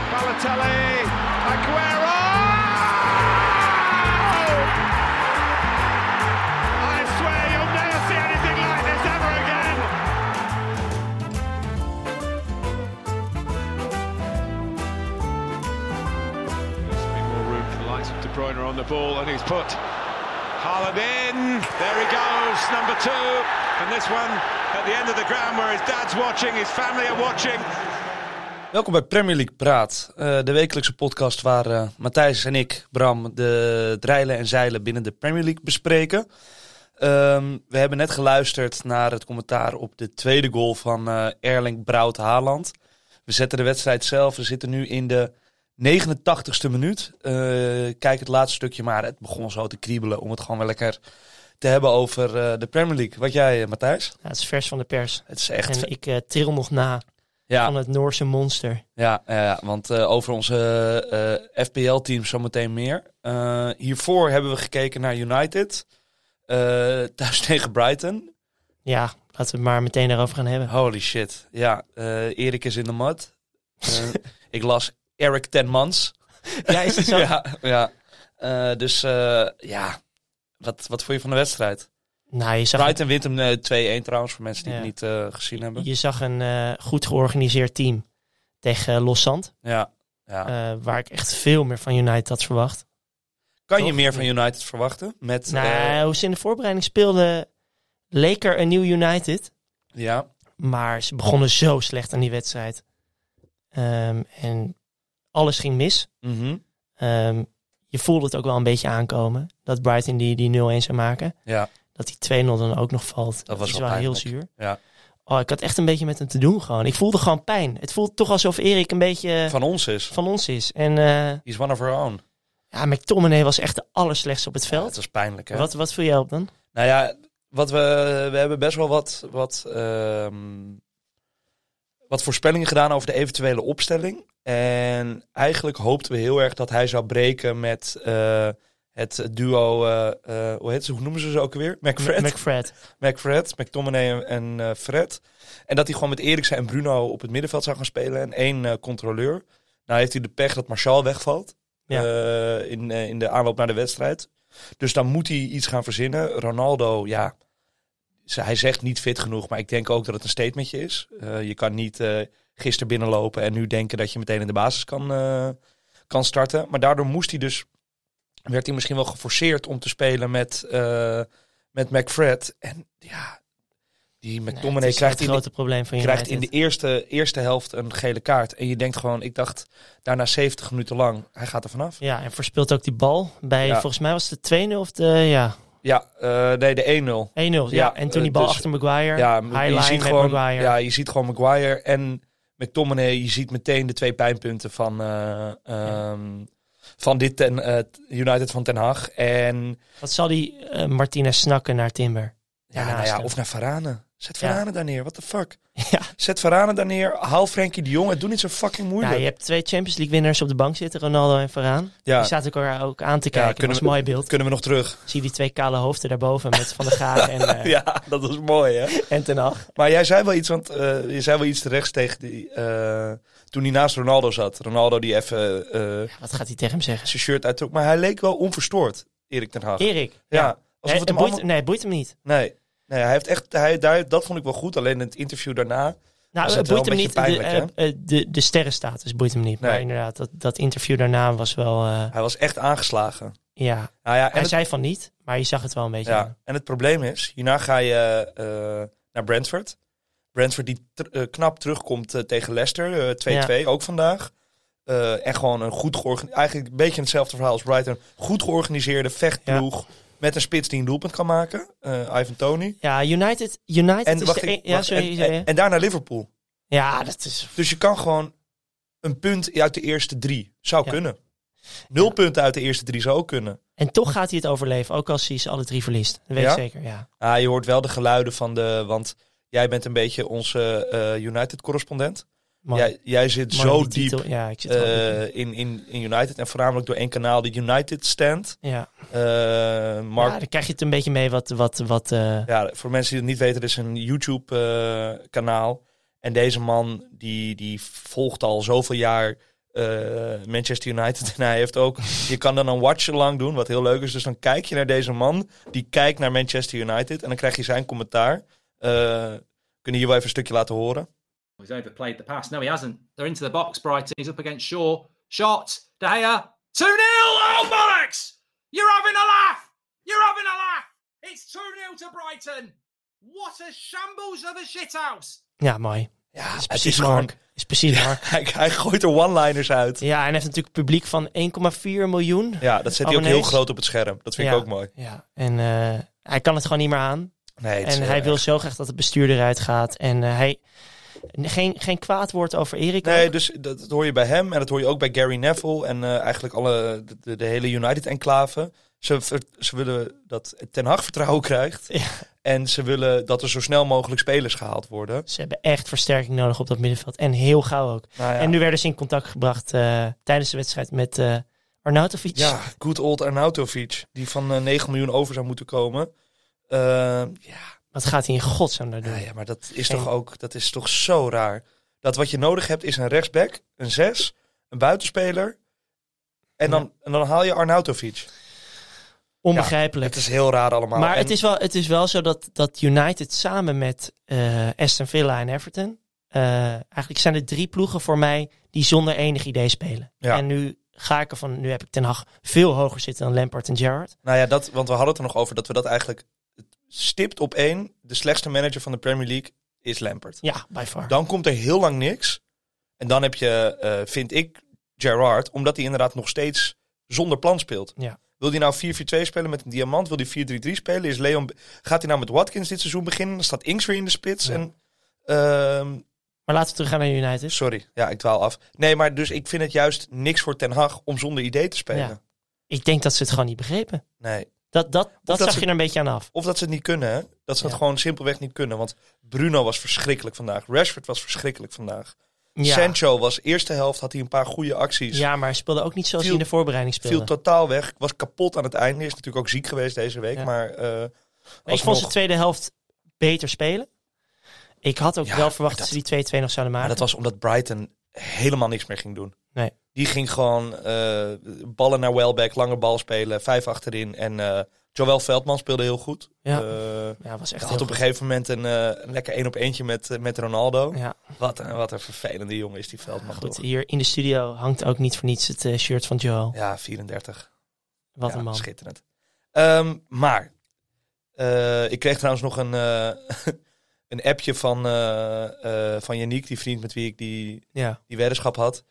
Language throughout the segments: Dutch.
Balotelli. Aguero! I swear you'll never see anything like this ever again. There's been more room for the likes of De Bruyne on the ball, and he's put Haaland in. There he goes, number two. And this one at the end of the ground where his dad's watching, his family are watching. Welkom bij Premier League Praat, eh, de wekelijkse podcast waar eh, Matthijs en ik, Bram, de dreilen en zeilen binnen de Premier League bespreken. Ehm, we hebben net geluisterd naar het commentaar op de tweede goal van eh, Erling Braut Haaland. We zetten de wedstrijd zelf, we zitten nu in de 89ste minuut. Eh, kijk het laatste stukje maar, het begon zo te kriebelen om het gewoon wel lekker te hebben over eh, de Premier League. Wat jij, eh, Matthijs? Ja, het is vers van de pers. Het is echt... En ik eh, tril nog na ja. van het Noorse monster. Ja, ja, ja, want eh, over onze eh, FPL-team zometeen meer. Eh, hiervoor hebben we gekeken naar United. eh, thuis tegen Brighton. Ja, laten we het maar meteen daarover gaan hebben. Holy shit. Ja, eh, Erik is in de mud. Eh, ik las Eric ten Mans. Ja, is het zo? ja, ja. Eh, dus eh, ja, wat, wat vond je van de wedstrijd? Nou, je zag, Brighton wint hem eh, 2-1 trouwens, voor mensen die het Ja. niet eh, gezien hebben. je zag een eh, goed georganiseerd team tegen eh, Los Sand. Ja, ja. eh, waar ik echt veel meer van United had verwacht. kan je toch? meer van United verwachten? Met, eh, Nou, hoe ze in de voorbereiding speelden, leek er een nieuw United. ja. Maar ze begonnen zo slecht aan die wedstrijd. Ehm, en alles ging mis. Mhm. Ehm, je voelde het ook wel een beetje aankomen. Dat Brighton die, die 0-1 zou maken. ja. Dat die 2-0 dan ook nog valt. Dat, was is wel wel heel pijnlijk. zuur. Ja. Oh, ik had echt een beetje met hem te doen gewoon. Ik voelde gewoon pijn. Het voelt toch alsof Erik een beetje eh, van, Van ons is. ons is. En eh He's one of our own. ja, McTominay was echt de allerslechtste op het Ja, veld. het was pijnlijk, hè? wat, wat viel jij op dan? Nou ja, wat we, we hebben best wel wat, wat, ehm, wat voorspellingen gedaan over de eventuele opstelling. En eigenlijk hoopten we heel erg dat hij zou breken met eh, het duo, eh, eh, hoe, heet ze, hoe noemen ze ze ook weer? McFred. McFred. McFred, McTominay en- en eh, Fred. En dat hij gewoon met Eriksen en Bruno op het middenveld zou gaan spelen. En één eh, controleur. Nou heeft hij de pech dat Martial wegvalt. Ja. eh, in, eh, in de aanloop naar de wedstrijd. Dus dan moet hij iets gaan verzinnen. Ronaldo, ja. ze- Hij zegt niet fit genoeg. Maar ik denk ook dat het een statementje is. Eh, je kan niet eh gisteren binnenlopen en nu denken dat je meteen in de basis kan, eh, kan starten. Maar daardoor moest hij dus... Werd hij misschien wel geforceerd om te spelen met... eh, met McFred. En ja, die Nee, McTominay het is krijgt, het in de, grote probleem van United. krijgt in de eerste, eerste helft een gele kaart. En je denkt gewoon, ik dacht daarna 70 minuten lang, hij gaat er vanaf. Ja, en verspeelt ook die bal. Bij, Ja. Volgens mij was het de 2-0 of de ja, 1-0. Ja, eh, nee, de 1-0. Ja. Ja, en toen die eh, bal dus- achter Maguire. Ja, je highline ziet met gewoon, Maguire. ja, je ziet gewoon Maguire en McTominay. Je ziet meteen de twee pijnpunten van, eh, ehm, van dit ten, eh, United van Ten Haag. En Wat zal die eh, Martinez snakken naar Timber? ja, nou Daarnaast ja, hem. of naar Varane. Zet Ja. Varane daar neer, what the fuck. ja. Zet Varane daar neer, haal Frenkie de Jong en doe niet zo fucking moeilijk. Nou, je hebt twee Champions League winnaars op de bank zitten, Ronaldo en Varaan. Ja. Die zaten elkaar ook aan te kijken. dat kunnen was we- een mooi beeld. Kunnen we nog terug? Zie je die twee kale hoofden daarboven met Van der Gaag en, eh, Ja, dat was mooi, hè? en Ten Hag. Maar jij zei wel iets, want eh, je zei wel iets terecht tegen die. eh, toen hij naast Ronaldo zat. Ronaldo die even eh, Wat gaat hij tegen hem zeggen? zijn shirt uittrok. Maar hij leek wel onverstoord, Erik ten Hag. Erik. ja, Nee, alsof het hem boeit, allemaal... nee, het boeit hem niet. Nee, nee hij heeft echt, hij, daar, dat vond ik wel goed. Alleen het interview daarna. Nou, Was het het wel boeit hem een niet. beetje de, pijnlijk, eh, eh, de, de sterrenstatus boeit hem niet. Nee. Maar inderdaad, dat, dat interview daarna was wel... eh, Hij was echt aangeslagen. ja, Nou ja, en, hij het, zei van niet, maar je zag het wel een beetje. aan. ja, en het probleem is, hierna ga je eh, naar Brentford. Brentford die tr- eh, knap terugkomt eh, tegen Leicester. eh, 2-2 ook vandaag. Eh, en gewoon een goed georganiseerde, eigenlijk een beetje hetzelfde verhaal als Brighton. Goed georganiseerde vechtploeg met een spits die een doelpunt kan maken. Eh, Ivan Tony. Ja, United, United En, is wacht, de... ik- een- ja, wacht, sorry, en, sorry. en, en daarna Liverpool. ja, dat is... Dus je kan gewoon een punt uit de eerste drie. Zou Ja. kunnen. Nul Ja. punten uit de eerste drie zou ook kunnen. En toch gaat hij het overleven, ook als hij ze alle drie verliest. Dat weet Ja? ik zeker, ja. Ah, je hoort wel de geluiden van de... Want jij bent een beetje onze eh, United-correspondent. Man, Jij, jij zit man, zo die diep titel- Ja, ik zit wel diep. eh, in, in, in United. En voornamelijk door één kanaal, de United Stand. Ja. Eh, Mark Ja, dan krijg je het een beetje mee wat... wat, wat eh, Ja, voor mensen die het niet weten, dit is een eh, YouTube-kanaal. en deze man, die, die volgt al zoveel jaar eh, Manchester United. En hij heeft ook, je kan dan een watch-along doen, wat heel leuk is. Dus dan kijk je naar deze man, die kijkt naar Manchester United. En dan krijg je zijn commentaar. Eh, kunnen hier wel even een stukje laten horen. He's overplayed the pass. No, he hasn't. They're into the box, Brighton. He's up against Shaw. Shot. De Gea. 2 0. Oh, bollocks! You're having a laugh. You're having a laugh. It's 2 0 to Brighton. What a shambles of a shithouse. Ja, mooi. Ja, Is precies Mark. Is precies Mark. Hij, hij gooit er one-liners uit. Ja, en hij heeft natuurlijk publiek van 1,4 miljoen. Ja, dat zet hij ook Abonnees. heel groot op het scherm. Dat vind Ja. ik ook mooi. Ja, en eh, hij kan het gewoon niet meer aan. Nee, en hij wil zo graag dat het bestuur eruit gaat. En eh, hij... Geen, geen kwaad woord over Erik. Nee, ook. dus dat, dat hoor je bij hem en dat hoor je ook bij Gary Neville en eh, eigenlijk alle, de- de, de hele United-enclave. Ze, ver- ze willen dat Ten Hag vertrouwen krijgt Ja. en ze willen dat er zo snel mogelijk spelers gehaald worden. Ze hebben echt versterking nodig op dat middenveld. En heel gauw ook. Nou ja, En nu werden ze in contact gebracht eh, tijdens de wedstrijd met eh Arnautovic. ja, good old Arnautovic, die van eh, 9 miljoen over zou moeten komen. Eh, ja, Wat gaat hij in godsnaam daar doen? nou ja, maar dat is Geen- toch ook, dat is toch zo raar. Dat wat je nodig hebt is een rechtsback, een zes, een buitenspeler en dan, en dan haal je Arnautovic. Onbegrijpelijk. Het is heel raar allemaal. maar En- het, is wel, het is wel zo dat, dat United samen met eh, Aston Villa en Everton... eh, eigenlijk zijn er drie ploegen voor mij die zonder enig idee spelen. Ja. En nu ga ik ervan... Nu heb ik Ten Hag veel hoger zitten dan Lampard en Gerrard. Nou ja, dat, want we hadden het er nog over dat we dat eigenlijk stipt op één. De slechtste manager van de Premier League is Lampard. Ja, by far. Dan komt er heel lang niks. En dan heb je, eh, vind ik, Gerrard, omdat hij inderdaad nog steeds zonder plan speelt. Ja. Wil hij nou 4-4-2 spelen met een diamant? Wil hij 4-3-3 spelen? Is Leon, gaat hij nou met Watkins dit seizoen beginnen? Dan staat Inks weer in de spits. Ja. En, ehm, Maar laten we teruggaan naar United. sorry, ja, ik dwaal af. Nee, maar dus ik vind het juist niks voor Ten Hag om zonder idee te spelen. Ja. Ik denk dat ze het gewoon niet begrepen. Nee. Dat, dat, dat, dat zag ze- je er een beetje aan af. Of dat ze het niet kunnen, hè? Dat ze het Ja. gewoon simpelweg niet kunnen. Want Bruno was verschrikkelijk vandaag. Rashford was verschrikkelijk vandaag. Ja. Sancho was eerste helft, had hij een paar goede acties. Ja, maar hij speelde ook niet zoals Viel- hij in de voorbereiding speelde. Viel totaal weg. Was kapot aan het einde. Is natuurlijk ook ziek geweest deze week. Ja. Maar eh Maar ik alsnog- vond ze de tweede helft beter spelen. Ik had ook Ja, wel verwacht maar dat, ze die 2-2 nog zouden Maar maken. dat was omdat Brighton helemaal niks meer ging doen. Nee. Die ging gewoon eh, ballen naar Welbeck, lange bal spelen, vijf achterin. En eh Joël Veldman speelde heel goed. Ja. Eh, ja, was had echt heel op een goed. gegeven moment een, eh, een lekker één op eentje met, eh, met Ronaldo. Ja, Wat, een, wat een vervelende jongen is die Veldman. goed. toch? Hier in de studio hangt ook niet voor niets het eh, shirt van Joel. Ja, 34. Wat ja, een man. Schitterend. Ehm, maar, eh, ik kreeg trouwens nog een, eh, een appje van, eh eh van Yannick, die vriend met wie ik die, Ja. die weddenschap had.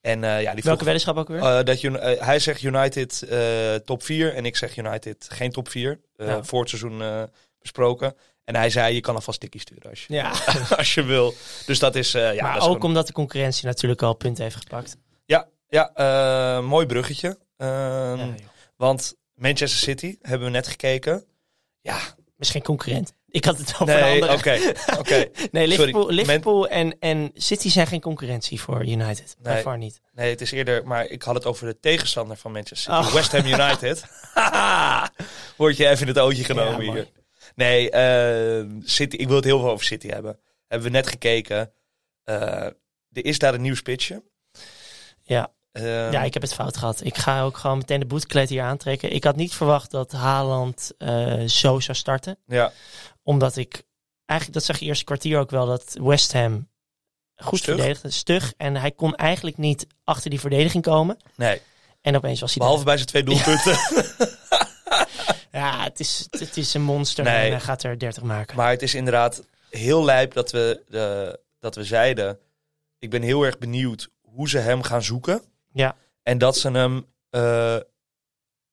En eh, ja, die Welke vroeg, weddenschap ook weer? eh, dat Un- eh, hij zegt United eh, top 4 en ik zeg United geen top 4. eh, Ja. Voor het seizoen eh, besproken. En hij zei, je kan alvast tikkie sturen als je, ja. als je wil. Dus dat is... eh, ja, dat maar ook is gewoon- omdat de concurrentie natuurlijk al punten heeft gepakt. Ja, ja eh, mooi bruggetje. Ehm, Ja, joh. Want Manchester City hebben we net gekeken. Ja, Misschien concurrent. Ik had het over een nee, andere. oké. oké. Nee, Liverpool, Sorry, Liverpool en, en City zijn geen concurrentie voor United. Nee. Nee. By far niet. Nee, het is eerder, maar ik had het over de tegenstander van Manchester City, Oh. West Ham United. Haha, Word je even in het ootje genomen Ja, mooi. hier. Nee, eh, City, ik wil het heel veel over City hebben. Hebben we net gekeken. Eh, er is daar een nieuw spitsje. Ja. Ehm, Ja, ik heb het fout gehad. Ik ga ook gewoon meteen de boetkleed hier aantrekken. Ik had niet verwacht dat Haaland eh, zo zou starten. ja. Omdat ik, eigenlijk dat zag je eerste kwartier ook wel, dat West Ham goed Stug. verdedigde, stug. En hij kon eigenlijk niet achter die verdediging komen. Nee, En opeens was hij behalve bij zijn twee doelpunten. daar. Ja, het is, het is een monster Nee. en hij gaat er 30 maken. Maar het is inderdaad heel lijp dat we, eh, dat we zeiden... Ik ben heel erg benieuwd hoe ze hem gaan zoeken. Ja. En dat ze hem eh,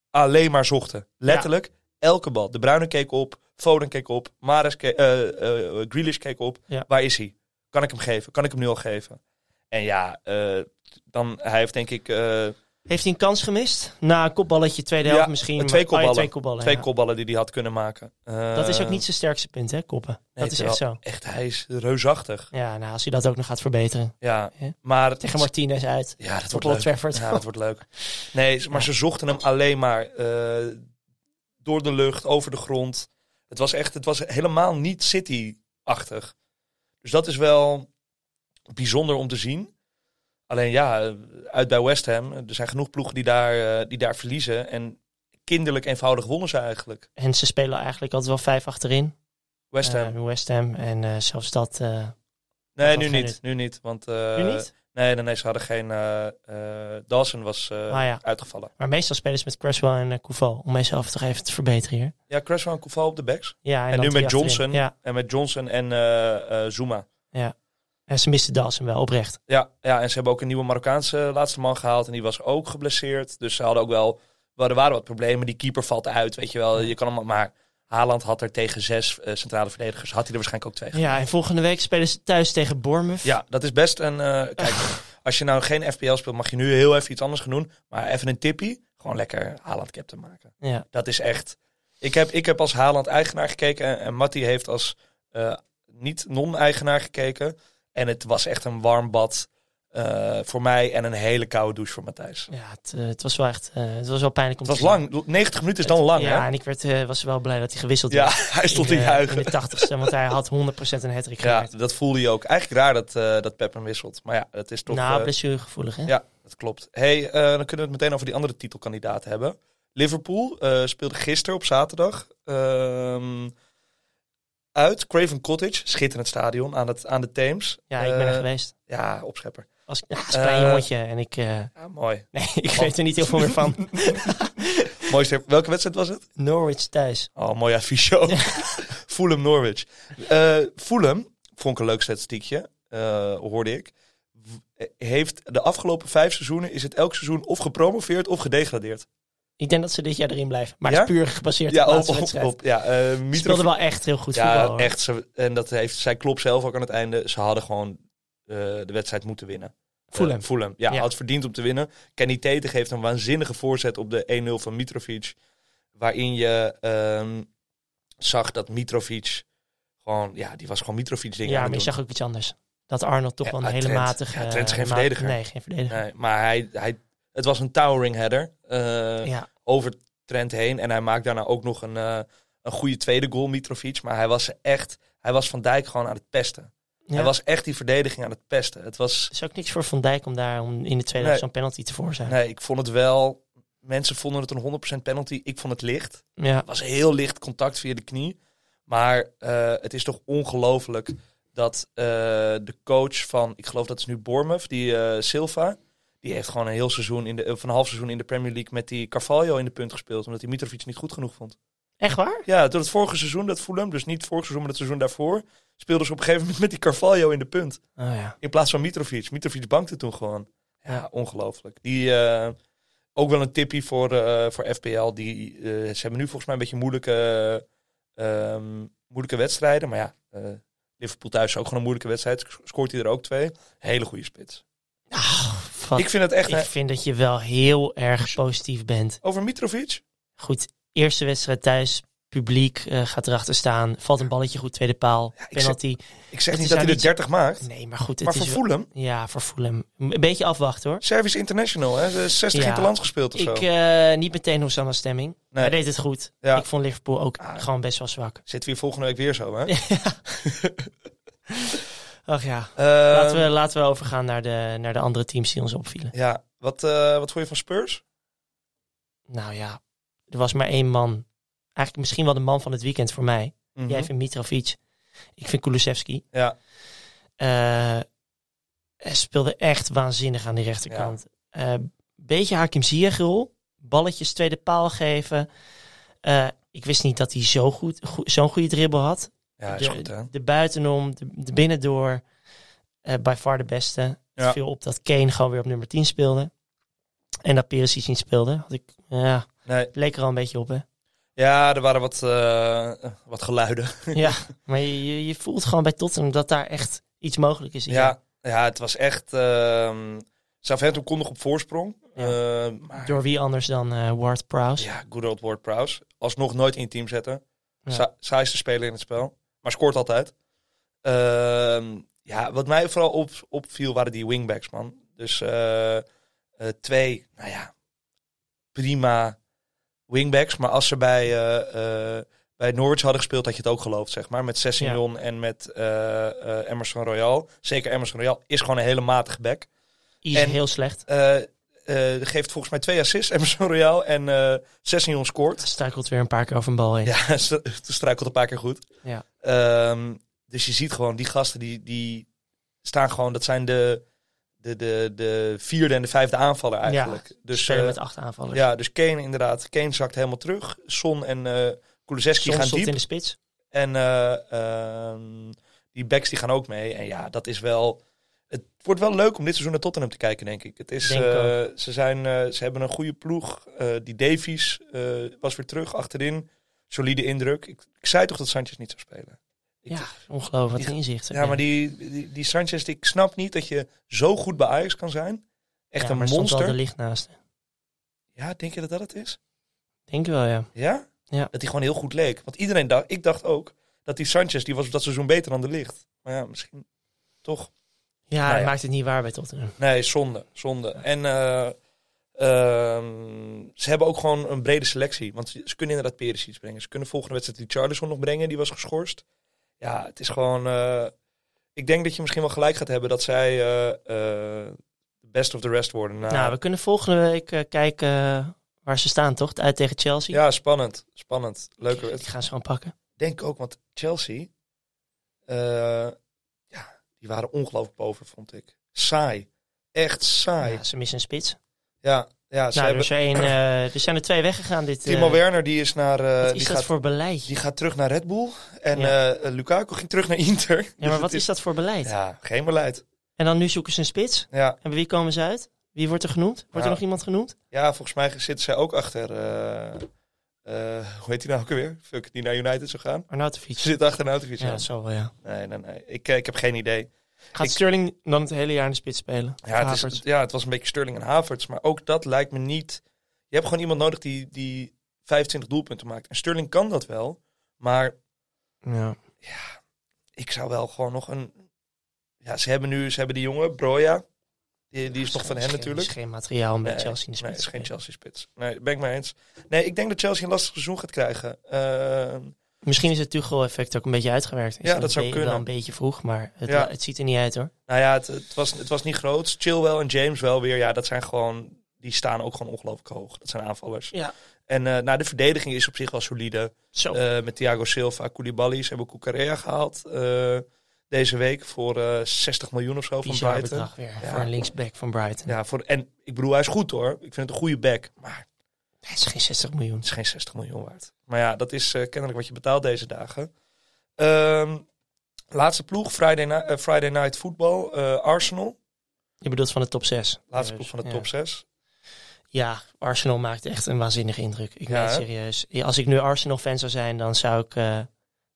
alleen maar zochten. Letterlijk elke bal. De Bruyne keek op, Foden keek op, Maris keek, eh, eh, Grealish keek op. Ja. Waar is hij? Kan ik hem geven? Kan ik hem nu al geven? En ja, eh, dan, hij heeft denk ik eh, Heeft hij een kans gemist? Na een kopballetje, tweede Ja, helft misschien. twee maar- oh ja, kopballen. twee kopballen, twee ja. kopballen die hij had kunnen maken. Dat is ook Eh, niet zijn sterkste punt, hè, koppen. nee, dat is echt zo. terwijl Echt, hij is reusachtig. Ja, nou, als hij dat ook nog gaat verbeteren. Ja, Ja. maar... Tegen Martinez uit. Ja, dat Op wordt Old leuk. Trafford. Ja, dat wordt leuk. Nee, ze- maar ze zochten hem alleen maar eh, door de lucht, over de grond. Het was echt, het was helemaal niet City-achtig. Dus dat is wel bijzonder om te zien. Alleen ja, uit bij West Ham. Er zijn genoeg ploegen die daar, eh, die daar verliezen. En kinderlijk eenvoudig wonnen ze eigenlijk. En ze spelen eigenlijk altijd wel vijf achterin. West Ham. Eh, West Ham. En eh, zelfs dat... eh, nee, dat nu had geen niet. Nu niet. Want, eh, nu niet? Nee, nee, nee, ze hadden geen... eh, eh, Dawson was eh, Ah, ja. uitgevallen. Maar meestal spelen ze met Creswell en eh, Koevo. Om mijzelf toch even te verbeteren hier. Ja, Creswell en Koeval op de backs. Ja, en En dan nu drie met achterin. Johnson. Ja, En met Johnson en eh, eh, Zuma. en ze misten Dawson wel oprecht. Ja, ja, en ze hebben ook een nieuwe Marokkaanse laatste man gehaald. En die was ook geblesseerd. Dus ze hadden ook wel... wel, Er waren wat problemen. Die keeper valt uit, weet je wel. Je kan hem, maar Haaland had er tegen zes eh, centrale verdedigers... had hij er waarschijnlijk ook twee Ja, en volgende week spelen ze thuis tegen Bournemouth. Ja, dat is best een. eh, kijk, als je nou geen FPL speelt, mag je nu heel even iets anders gaan doen. Maar even een tippie. Gewoon lekker Haaland captain maken. Ja. Dat is echt. Ik heb, ik heb als Haaland eigenaar gekeken. En, en Matty heeft als eh, niet non-eigenaar gekeken. En het was echt een warm bad eh, voor mij. En een hele koude douche voor Matthijs. Ja, het, eh, het was wel echt... eh, het was wel pijnlijk om Het was te zien. lang. 90 minuten is dan lang, ja, hè? en ik werd, eh, was wel blij dat hij gewisseld Ja, werd. hij stond in, te eh, juichen. in de tachtigste, want hij had 100% een hattrick Ja, gemaakt. dat voelde je ook. Eigenlijk raar dat, eh dat Pep hem wisselt. Maar ja, dat is toch... nou, eh, blessuregevoelig, hè? Ja, dat klopt. Hey, eh, dan kunnen we het meteen over die andere titelkandidaat hebben. Liverpool eh, speelde gisteren op zaterdag ehm, uit Craven Cottage, schitterend stadion aan, het, aan de Thames. Ja, ik ben er Eh, geweest. Ja, opschepper. Als, ja, als klein eh, jongetje. En ik, eh, Ja, mooi. nee, ik weet er niet heel veel meer van. mooi stip. Welke wedstrijd was het? Norwich thuis. Oh, mooi affiche ook. Fulham Norwich. Eh, Fulham, vond ik een leuk statistiekje, eh, hoorde ik. W- eh, Heeft de afgelopen vijf seizoenen is het elk seizoen of gepromoveerd of gedegradeerd. Ik denk dat ze dit jaar erin blijven. Maar Ja? het is puur gebaseerd op de Ja, op, laatste op, wedstrijd. op. Ja, eh, Ze Mitrovic- speelden wel echt heel goed ja, voetbal. hoor. echt. Ze, en dat heeft, zij klopt zelf ook aan het einde. Ze hadden gewoon eh, de wedstrijd moeten winnen. Fulham. Eh, Fulham, ja, Ja. Had verdiend om te winnen. Kenny Tete geeft een waanzinnige voorzet op de 1-0 van Mitrovic. Waarin je ehm, zag dat Mitrovic gewoon... Ja, die was gewoon Mitrovic dingen ja, aan maar het je doen. zag ook iets anders. Dat Arnold toch Ja, wel een ah, hele Trent. matige... Ja, Trent is geen eh, ma- verdediger. Nee, geen verdediger. Nee, maar hij, hij, het was een towering header. eh, ja, Over Trent heen. En hij maakt daarna ook nog een, eh, een goede tweede goal, Mitrovic. Maar hij was echt... Hij was Van Dijk gewoon aan het pesten. ja. Hij was echt die verdediging aan het pesten. Het was, is ook niks voor Van Dijk om daar om in de tweede Nee. helft zo'n penalty te veroorzaken. nee, ik vond het wel. Mensen vonden het een 100% penalty. Ik vond het licht. Ja. Het was heel licht contact via de knie. Maar eh, het is toch ongelooflijk dat eh, de coach van, ik geloof dat is nu Bournemouth, die eh, Silva. Die heeft gewoon een heel seizoen, in de, of een half seizoen in de Premier League met die Carvalho in de punt gespeeld. Omdat hij Mitrovic niet goed genoeg vond. Echt waar? Ja, door het vorige seizoen, dat Fulham, dus niet vorig seizoen, maar het seizoen daarvoor. Speelden ze op een gegeven moment met die Carvalho in de punt. Oh ja. In plaats van Mitrovic. Mitrovic bankte toen gewoon. Ja, ongelooflijk. Die, eh, ook wel een tippie voor, eh, voor FPL. Die, eh, ze hebben nu volgens mij een beetje moeilijke, ehm, moeilijke wedstrijden. Maar ja, eh, Liverpool thuis is ook gewoon een moeilijke wedstrijd. Sc- Scoort hij er ook twee. Hele goede spits. Fuck. Ik vind het echt... Ik hè, vind dat je wel heel erg positief bent. over Mitrovic? Goed, eerste wedstrijd thuis. Publiek eh, gaat erachter staan. Valt een balletje goed, tweede paal. Ja, ik penalty. Ik zeg Het niet dat is hij nou er 30 maakt. Nee, maar goed. Het maar is voor wel- Fulham, Ja, voor Fulham. Een beetje afwachten hoor. Service International. Hè? Ze is 60 Ja. interlands gespeeld of zo. Ik, eh, niet meteen Hosanna stemming. Hij deed het goed. Ja. Ik vond Liverpool ook Ah. gewoon best wel zwak. Zitten we hier volgende week weer zo, hè? Ach ja. Ehm, Laten we, laten we overgaan naar de, naar de andere teams die ons opvielen. Ja, wat, eh, wat vond je van Spurs? Nou ja, er was maar één man. Eigenlijk misschien wel de man van het weekend voor mij. Mhm. Jij vindt Mitrovic. Ik vind Kulusevski. Ja. Eh, hij speelde echt waanzinnig aan die rechterkant. Eh beetje Hakim Ziyech rol. Balletjes tweede paal geven. Eh, ik wist niet dat hij zo goed, goe- zo'n goede dribbel had. Ja, is de, goed, hè? de buitenom, de, de binnendoor. eh by far de beste. Ja. Het viel op dat Kane gewoon weer op nummer 10 speelde. En dat Perisic niet speelde. Had ik, ja, Nee. het leek er al een beetje op, hè. Ja, er waren wat, eh, wat geluiden. ja, maar je, je- je voelt gewoon bij Tottenham dat daar echt iets mogelijk is. Ja, ja het was echt... ehm Southampton kon nog op voorsprong. Eh, maar Door wie anders dan eh, Ward Prowse? ja, good old Ward Prowse. Alsnog nooit in het team zetten. Ja. Sa- saaiste speler in het spel. Maar scoort altijd. Ehm, ja, wat mij vooral op, opviel waren die wingbacks, man. Dus eh, eh, twee, nou ja, prima wingbacks. Maar als ze bij, eh, eh, bij Norwich hadden gespeeld, had je het ook geloofd, zeg maar. Met Sessignon en met eh, eh, Emerson Royal. Zeker Emerson Royal is gewoon een hele matige back. Is En- heel slecht. Eh, eh, geeft volgens mij twee assists, Emerson Royal. En eh Sessignon scoort. Struikelt weer een paar keer over een bal heen. Ja, hij stru- struikelt een paar keer goed. Ja. Ehm, dus je ziet gewoon, die gasten die, die staan gewoon, dat zijn de, de, de, de vierde en de vijfde aanvaller eigenlijk. Dus, dus, Spelen eh, met acht aanvallers. ja, dus Kane inderdaad, Kane zakt helemaal terug. Son en eh Kulusevski Soms gaan stond diep. in de spits. En eh, ehm, die backs die gaan ook mee. En ja, dat is wel... Het wordt wel leuk om dit seizoen naar Tottenham te kijken, denk ik. Het is, Denk eh, ze, zijn, eh, ze hebben een goede ploeg. Eh, die Davies eh, was weer terug achterin. Solide indruk. Ik, ik zei toch dat Sanchez niet zou spelen. Ik- Ja, ongelooflijk. Wat Die- een inzicht. ja, maar die, die, die Sanchez, die- ik snap niet dat je zo goed bij Ajax kan zijn. Echt Ja, een maar er stond wel monster. de licht naast. Ja, denk je dat dat het is? Denk wel, ja. Ja? Ja. Dat hij gewoon heel goed leek. Want iedereen dacht, ik dacht ook, dat die Sanchez, die was op dat seizoen beter dan de licht. Maar ja, misschien toch. Ja, Nou hij ja. maakt het niet waar bij Tottenham. Nee, zonde. Zonde. En eh, ehm, ze hebben ook gewoon een brede selectie. Want ze, ze kunnen inderdaad Perisic brengen. Ze kunnen volgende wedstrijd die Charlison nog brengen. Die was geschorst. Ja, het is gewoon... eh, ik denk dat je misschien wel gelijk gaat hebben dat zij eh, eh, best of the rest worden. na- Nou, we kunnen volgende week eh, kijken eh, waar ze staan, toch? Uit tegen Chelsea. ja, spannend. Spannend. Leuke Die wedstrijd. gaan ze gewoon pakken. Denk ook, want Chelsea... eh, ja, die waren ongelooflijk boven, vond ik. Saai. Echt saai. Ja, ze missen een spits. Ja, ja ze nou, hebben... er, zijn, eh, er zijn er twee weggegaan dit... eh, Timo Werner die is naar. eh, Wat is die, dat gaat, voor beleid? die gaat terug naar Red Bull. En Ja. eh, eh, Lukaku ging terug naar Inter. Dus Ja, maar wat is dat voor beleid? Ja, geen beleid. En dan nu zoeken ze een spits. Ja, En bij wie komen ze uit? Wie wordt er genoemd? Wordt Ja. er nog iemand genoemd? ja volgens mij zitten zij ook achter. eh, eh, hoe heet die nou ook alweer? Fuck, die naar United zou gaan. Arnautovic. Ze zitten achter Nautovic. Ja, Ja. dat zal wel, ja. Nee, nee, nee. Ik, eh, ik heb geen idee. Gaat Ik- Sterling dan het hele jaar in de spits spelen? Ja het, is, Havertz. ja, het was een beetje Sterling en Havertz. Maar ook dat lijkt me niet... Je hebt gewoon iemand nodig die, die 25 doelpunten maakt. En Sterling kan dat wel. Maar Ja. ik zou wel gewoon nog een. Ja, ze hebben nu ze hebben die jongen, Broja. Die, die is nog van Het hen geen- het natuurlijk. Ah, is geen materiaal om bij Nee, Chelsea in de spits Nee, het is te geen spelen. Chelsea-spits. Nee, ben ik mee eens. Nee, ik denk dat Chelsea een lastig seizoen gaat krijgen. Ehm, Misschien is het Tuchel-effect ook een beetje uitgewerkt. Is Ja, dan dat zou be- kunnen. wel een beetje vroeg, maar het, eh, Ja. het ziet er niet uit hoor. nou ja, het, het, was, het was niet groot. Chilwell en James wel weer. Ja, dat zijn gewoon. Die staan ook gewoon ongelooflijk hoog. Dat zijn aanvallers. Ja. En eh, nou, de verdediging is op zich wel solide. Zo. Eh, met Thiago Silva, Koulibaly. Ze hebben Cucarea gehaald eh, deze week voor eh, 60 miljoen of zo van Bizar Brighton. bedrag weer Ja. voor een linksback van Brighton. Ja, voor, en ik bedoel, hij is goed hoor. Ik vind het een goede back. Maar Het is geen 60 miljoen. het is geen 60 miljoen waard. Maar ja, dat is eh, kennelijk wat je betaalt deze dagen. Ehm, laatste ploeg, Friday, ni- eh, Friday Night Football, eh, Arsenal. Je bedoelt van de top 6. Laatste ploeg van de top 6. Ja, Arsenal maakt echt een waanzinnige indruk. Ik Ja, weet het hè? serieus. Ja, Als ik nu Arsenal-fan zou zijn, dan zou ik, eh,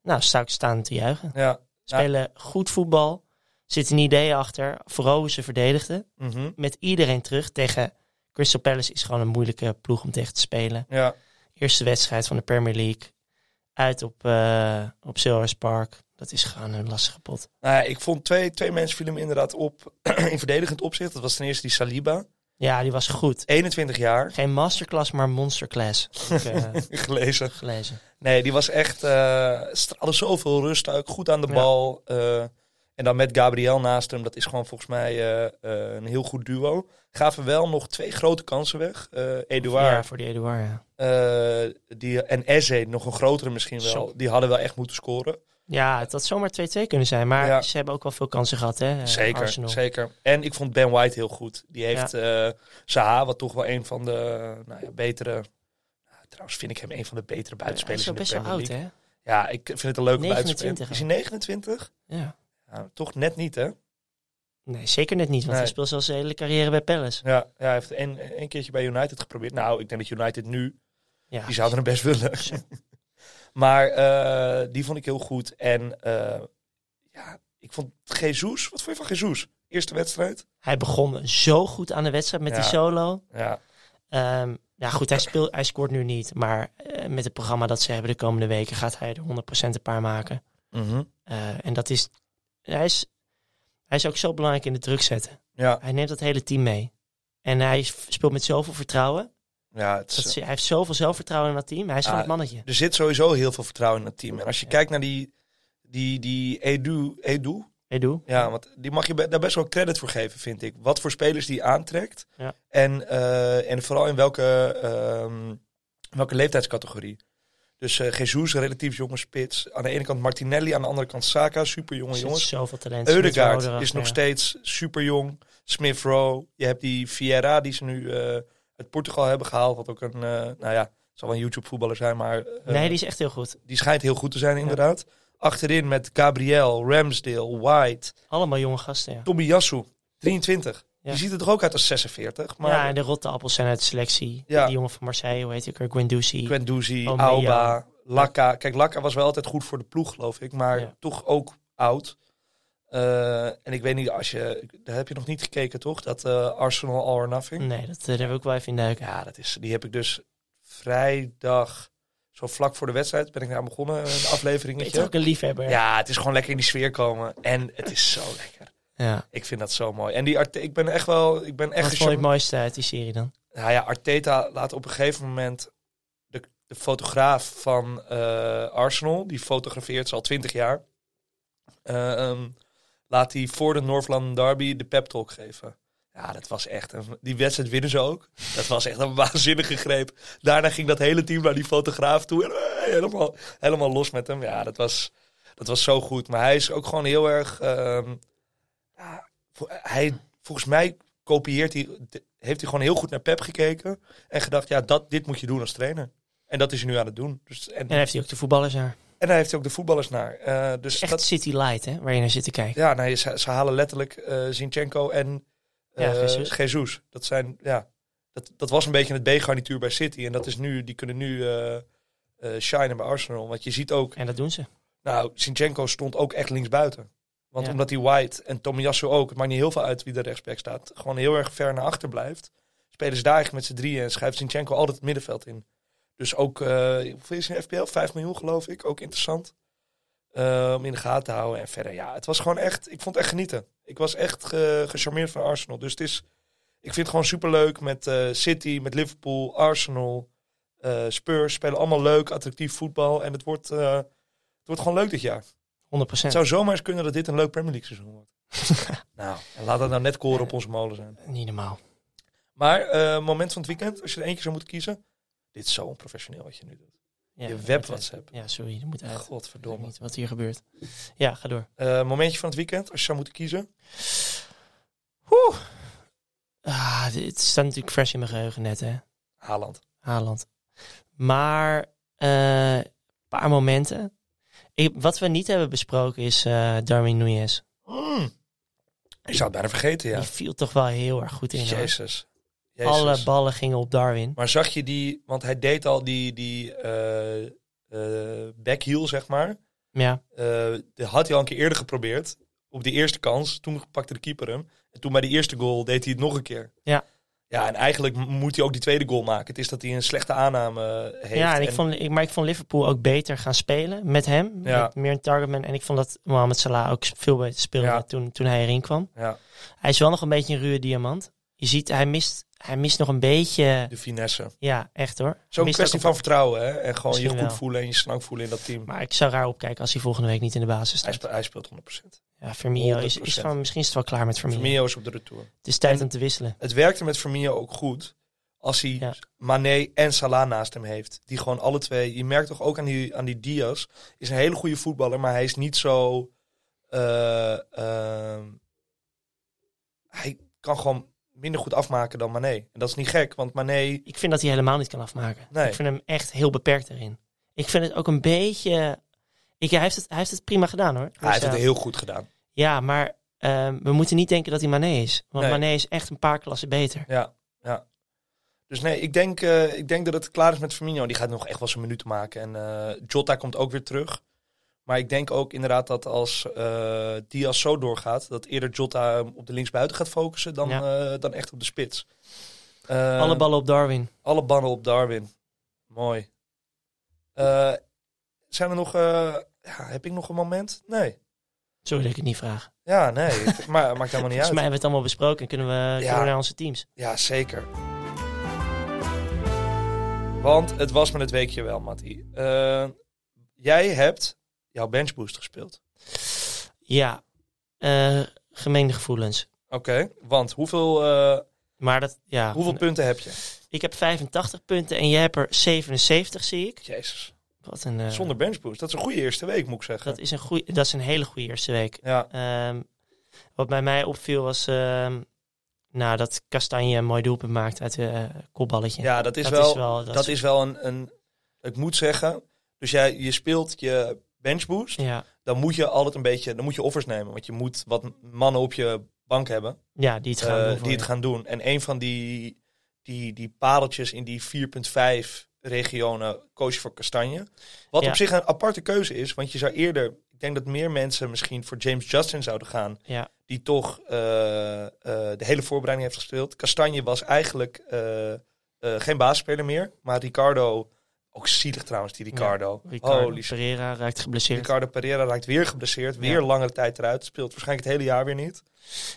nou, zou ik staan te juichen. Ja. Spelen goed voetbal. Zit een idee achter. Vooral hoe ze verdedigden. mhm, Met iedereen terug tegen... Crystal Palace is gewoon een moeilijke ploeg om tegen te spelen. ja. Eerste wedstrijd van de Premier League. Uit op, eh op Selhurst Park. Dat is gewoon een lastige pot. Nou ja, ik vond twee, twee mensen vielen me inderdaad op in verdedigend opzicht. Dat was ten eerste die Saliba, Ja, die was goed. 21 jaar, Geen masterclass, maar monsterclass. Heb ik eh, gelezen. gelezen. Nee, die was echt, eh straalde zoveel rust uit, goed aan de Ja. bal. eh, en dan met Gabriel naast hem, dat is gewoon volgens mij eh, eh, een heel goed duo. Gaven wel nog twee grote kansen weg. Eh Ja, Eduard voor die Eduard, ja. eh, die, en Eze, nog een grotere misschien wel. Zo. Die hadden wel echt moeten scoren. Ja, het had zomaar 2-2 kunnen zijn. Maar Ja. ze hebben ook wel veel kansen gehad, hè? eh, zeker, Arsenal. zeker. En ik vond Ben White heel goed. Die heeft eh Zaha, wat toch wel een van de nou ja, betere... nou, Trouwens vind ik hem een van de betere Hij buitenspelers is wel best wel in de oud, Premier hè? League. Ja, ik vind het een leuke 29 buitenspeler. Is hij 29? Ja. Ja, Nou, toch net niet, hè? Nee, zeker net niet, want Nee. hij speelt zelfs zijn hele carrière bij Palace. Ja, ja hij heeft een, een keertje bij United geprobeerd. Nou, ik denk dat United nu, Ja, die zouden hem best willen. maar eh, die vond ik heel goed. En eh, ja, ik vond Jesus, wat vond je van Jesus? Eerste wedstrijd? Hij begon zo goed aan de wedstrijd met Ja. die solo. Ja, Ehm ja, goed, hij, speelt, hij scoort nu niet. Maar eh, met het programma dat ze hebben de komende weken gaat hij er 100% een paar maken. Mhm. Eh, en dat is hij, is... hij is ook zo belangrijk in de druk zetten. ja, Hij neemt dat hele team mee. En hij speelt met zoveel vertrouwen. ja het Dat is, ze- hij heeft zoveel zelfvertrouwen in dat team. Hij is gewoon Ah, het mannetje. er zit sowieso heel veel vertrouwen in het team. En als je kijkt naar die, die, die Edu, Edu mee doe. Ja, want die mag je be- daar best wel credit voor geven, vind ik. Wat voor spelers die aantrekt. Ja. En, eh, en vooral in welke, ehm, welke leeftijdscategorie. Dus eh Jesus, relatief jonge spits. Aan de ene kant Martinelli, aan de andere kant Saka, super Er jonge zit jongens. zoveel talent. Smith Rowe Eudegaard is erachter. nog steeds super jong. Smith Rowe. Je hebt die Vieira die ze nu eh, uit Portugal hebben gehaald. Wat ook een, eh, nou ja, zal wel een YouTube voetballer zijn, maar eh, Nee, die is echt heel goed. die schijnt heel goed te zijn inderdaad. Achterin met Gabriel, Ramsdale, White, Allemaal jonge gasten, ja. Tommy Yasu, 23. Ja. Die ziet er toch ook uit als 46. ja, en Maar de rotte appels zijn uit de selectie. Ja. Die jongen van Marseille, hoe heet ik er? Guendouzi. Guendouzi, Almeida. Auba, Laka. Kijk, Laka was wel altijd goed voor de ploeg, geloof ik. Maar Ja. toch ook oud. Eh, en ik weet niet, als je, daar heb je nog niet gekeken, toch? Dat eh, Arsenal All or Nothing. nee, dat, eh, daar heb ik wel even in duiken. Ja, dat is, die heb ik dus vrijdag, zo vlak voor de wedstrijd, ben ik naar begonnen. Een Ben je afleveringetje. ook een liefhebber? Ja, het is gewoon lekker in die sfeer komen. En het is zo lekker. ja. Ik vind dat zo mooi. En die Arte, ik ben echt wel, ik ben echt Wat vond je het gecharmeerd. mooiste uit die serie dan? Nou ja, Arteta laat op een gegeven moment de, de fotograaf van eh, Arsenal, die fotografeert ze al twintig jaar, eh, ehm, laat hij voor de Northland Derby de pep talk geven. Ja, dat was echt een, die wedstrijd winnen ze ook. Dat was echt een waanzinnige greep. Daarna ging dat hele team naar die fotograaf toe en eh, helemaal, helemaal los met hem. Ja, dat was, dat was zo goed. Maar hij is ook gewoon heel erg. ehm, ja, vo- hij, volgens mij kopieert hij, d- heeft hij gewoon heel goed naar Pep gekeken. En gedacht, ja, dat, dit moet je doen als trainer. En dat is hij nu aan het doen. Dus, en, En dan heeft hij ook de voetballers daar. en hij heeft ook de voetballers naar. Eh, dus Echt dat, City Light, hè? Waar je naar zit te kijken. ja, nee, ze, ze halen letterlijk eh Zinchenko en eh Ja, Jesus. Jesus. Dat, zijn, ja, dat, dat was een beetje het B-garnituur bij City. En dat is nu, die kunnen nu eh eh, shinen bij Arsenal. Want je ziet ook, En dat doen ze. nou, Zinchenko stond ook echt linksbuiten. Want Ja. omdat hij White en Tomiyasu ook, het maakt niet heel veel uit wie er rechtsback staat, gewoon heel erg ver naar achter blijft, spelen ze daar echt met z'n drieën en schuift Zinchenko altijd het middenveld in. Dus ook, eh hoeveel is in FPL? 5 miljoen geloof ik, ook interessant. eh, om in de gaten te houden en verder. Ja, het was gewoon echt, ik vond het echt genieten. Ik was echt ge- gecharmeerd van Arsenal. Dus het is, ik vind het gewoon superleuk met eh, City, met Liverpool, Arsenal, eh, Spurs. Spelen allemaal leuk, attractief voetbal en het wordt... eh, het wordt gewoon leuk dit jaar. 100 Het zou zomaar eens kunnen dat dit een leuk Premier League seizoen wordt. nou, en laat dat nou net koren op onze molen zijn. Niet normaal. Maar eh, moment van het weekend, als je er eentje zou moeten kiezen. Dit is zo onprofessioneel wat je nu doet. Ja, je dat web moet uit. WhatsApp. Ja, sorry, dat moet uit. Ik weet Godverdomme. niet wat hier gebeurt. Ja, ga door. Eh, momentje van het weekend, als je zou moeten kiezen. Oeh. Ah, dit staat natuurlijk fresh in mijn geheugen net, hè. Haaland. Haaland. Maar eh, een paar momenten. Ik- wat we niet hebben besproken is eh, Darwin Nunez. Mm. Ik zou het bijna vergeten, ja. Hmm. Die viel toch wel heel erg goed in. hoor. Jezus. Jezus. Alle ballen gingen op Darwin. Maar zag je die, want hij deed al die, die eh eh, backheel, zeg maar. Ja, Eh, dat had hij al een keer eerder geprobeerd. Op die eerste kans. Toen pakte de keeper hem. En toen bij die eerste goal deed hij het nog een keer. Ja. Ja, en eigenlijk m- moet hij ook die tweede goal maken. Het is dat hij een slechte aanname eh, heeft. ja en ik vond, ik, maar ik vond Liverpool ook beter gaan spelen met hem. Ja. Met meer een targetman. En ik vond dat Mohamed Salah ook veel beter speelde Ja. toen, toen hij erin kwam. Ja, Hij is wel nog een beetje een ruwe diamant. Je ziet, hij mist, hij mist nog een beetje... de finesse. Ja, echt hoor. Hij Zo'n mist kwestie ook een- van vertrouwen. Hè? En gewoon je Misschien goed wel. voelen en je slank voelen in dat team. Maar ik zou raar opkijken als hij volgende week niet in de basis hij, staat. speelt, hij speelt 100%. Ja, Firmino is, is 100%. gewoon, misschien is het wel klaar met Firmino. Firmino is op de retour. Het is tijd En- om te wisselen. Het werkte met Firmino ook goed. Als hij Ja. Mané en Salah naast hem heeft. Die gewoon alle twee. Je merkt toch ook aan die, aan die Diaz. Is een hele goede voetballer. Maar hij is niet zo. eh, ehm, hij kan gewoon minder goed afmaken dan Mané. En dat is niet gek. Want Mané. Ik vind dat hij helemaal niet kan afmaken. Nee. Ik vind hem echt heel beperkt erin. Ik vind het ook een beetje... Ik, hij, heeft het, hij heeft het prima gedaan hoor. Hij heeft Dus, het eh, heel goed gedaan. Ja, maar ehm, we moeten niet denken dat hij Mané is. Want Nee. Mané is echt een paar klassen beter. Ja. ja. Dus nee, ik denk, eh, ik denk dat het klaar is met Firmino. Die gaat nog echt wel zijn minuten maken. En eh, Jota komt ook weer terug. Maar ik denk ook inderdaad dat als eh, Diaz zo doorgaat, dat eerder Jota hem op de linksbuiten gaat focussen dan, eh, dan echt op de spits. Eh, Alle ballen op Darwin. alle bannen op Darwin. Mooi. Eh, zijn er nog. eh, ja, heb ik nog een moment? Nee. Sorry dat ik het niet vraag. Ja, nee. Het- maar maakt helemaal niet uit. Volgens mij hebben we het allemaal besproken. en Kunnen we, kunnen we naar onze teams. Ja, zeker. Want het was met het weekje wel, Matty. Eh, jij hebt jouw benchboost gespeeld. Ja, eh, gemengde gevoelens. Oké, want hoeveel, eh, Maar dat, ja. hoeveel punten heb je? Ik heb 85 punten en jij hebt er 77, zie ik. Jezus. Wat een. eh, Zonder benchboost. Dat is een goede eerste week, moet ik zeggen. dat, is een goeie, dat is een hele goede eerste week. Ja, Ehm, wat bij mij opviel was. ehm, nou, dat Kastanje een mooi doelpunt maakt uit eh kopballetje. ja dat is dat wel... is wel. Dat dat is wel een, een. Ik moet zeggen. Dus jij, je speelt je benchboost. Ja, Dan moet je altijd een beetje. Dan moet je offers nemen. Want je moet wat mannen op je bank hebben. ja, die het gaan eh, doen. voor die het je. gaan doen. En een van die, die, die pareltjes in die 4,5 regionen koos je voor Kastanje. Wat Ja. op zich een aparte keuze is. Want je zou eerder. Ik denk dat meer mensen misschien voor James Justin zouden gaan. Ja. Die toch eh, eh, de hele voorbereiding heeft gespeeld. Kastanje was eigenlijk eh, eh, geen basisspeler meer. Maar Ricardo, ook zielig trouwens, die Ricardo. Ricardo Holy shit. Pereira raakt geblesseerd. Ricardo Pereira raakt weer geblesseerd. Weer Ja. langere tijd eruit. Speelt waarschijnlijk het hele jaar weer niet.